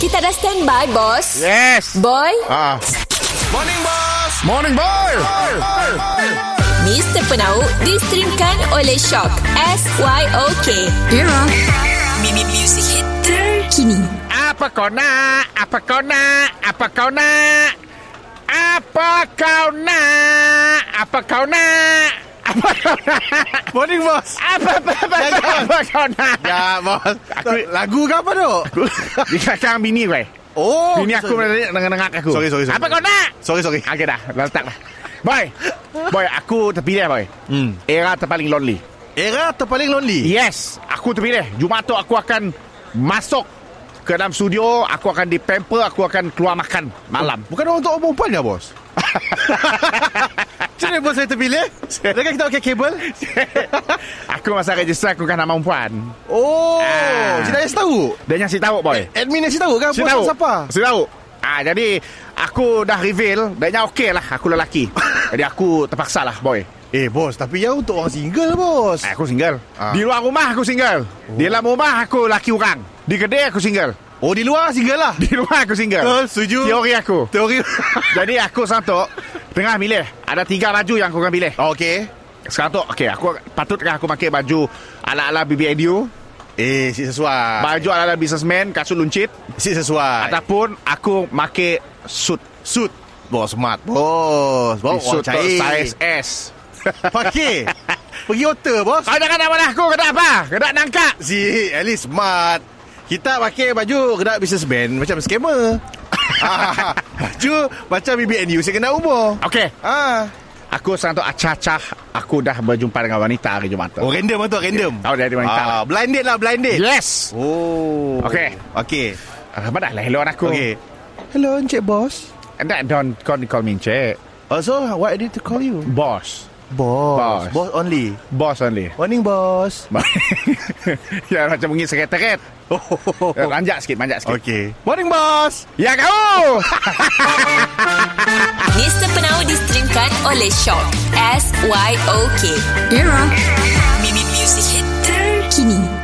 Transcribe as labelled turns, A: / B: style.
A: Kita dah standby, bos.
B: Yes.
A: Boy,
B: Ah.
C: Morning Boss
B: Morning boy.
A: Mr. Penau distrimkan oleh Shock. S-Y-O-K. Era. Mimi Music Hit terkini.
B: Apa kau nak? Apa kau nak? Apa kau nak? Apa kau nak? Apa kau nak? Apa kau nak?
C: Morning Boss
B: Apa apa apa apa, apa kau nak?
C: Ya Boss
B: Aku-
C: Lagu ke apa tu?
B: Dikacang bini kau. eh?
C: Oh
B: Bini aku menengah-nengah aku.
C: Sorry, sorry, sorry.
B: Apa kau nak?
C: Sorry sorry
B: Okey dah, letak dah. Boy. Boy, aku terpilih boy.
C: hmm.
B: Era terpaling lonely.
C: Era terpaling lonely
B: Yes, aku terpilih. Jumaat tu aku akan masuk ke dalam studio, aku akan di pamper, aku akan keluar makan malam.
C: Bukan orang untuk orang perempuan ya Boss? Macam mana Boss saya terpilih? Adakah kita okey kabel?
B: aku masa register aku kan nama perempuan.
C: Oh
B: Ah.
C: Cik Dayas tahu?
B: Dia yang si tahu boy.
C: Admin Nasi tahu ke?
B: Si
C: Boss
B: tahu.
C: Eh, siapa?
B: Si tahu. Ah jadi aku dah reveal, dia yang okey lah aku lelaki. jadi aku terpaksa lah boy.
C: Eh Boss Tapi ya untuk orang single Boss
B: Ah, aku single.
C: Ah.
B: Di luar rumah aku single. Di dalam rumah aku laki orang. Di kedai aku single.
C: Oh di luar single lah
B: Di rumah aku single.
C: Betul, setuju.
B: Teori aku.
C: Teori
B: Jadi aku santok Tengah pilih Ada tiga baju yang aku akan pilih
C: Okey
B: Sekarang tu okay, aku, Patutkah aku pakai baju Ala-ala BBNU
C: Eh si sesuai
B: Baju ala-ala businessman Kasut luncit
C: Si sesuai
B: Ataupun Aku pakai suit
C: Suit Bos smart Bos Bos
B: Suit
C: orang
B: tu
C: cair
B: Saiz S
C: Pakai Pergi otter bos
B: Kau jangan nak mana aku Kena apa Kena nangkap
C: Si at least smart Kita pakai baju Kena businessman Macam scammer Ah, Baju Macam BBNU Saya kena umur
B: Okay
C: Ah,
B: Aku santok acah-acah Aku dah berjumpa dengan wanita hari Jumat tu
C: Oh random lah tu Random
B: Tahu dari wanita lah.
C: ah, Blind date lah Blind date
B: Yes
C: Oh
B: Okey.
C: Okay
B: Apa dah lah Hello aku
C: Okay Hello Encik Boss
B: That don't call, call me encik
C: Also why I need to call you
B: Boss
C: Boss
B: Boss.
C: Boss only
B: Boss only
C: Morning boss
B: ya macam bunyi sekret-sekret. Eh, Ranjak sikit, manjak sikit.
C: Okay Morning boss
B: Ya kau.
A: Mr. Penau Ah, distrimkan oleh Shock. S-Y-O-K. Era. Mimi Music Hit terkini.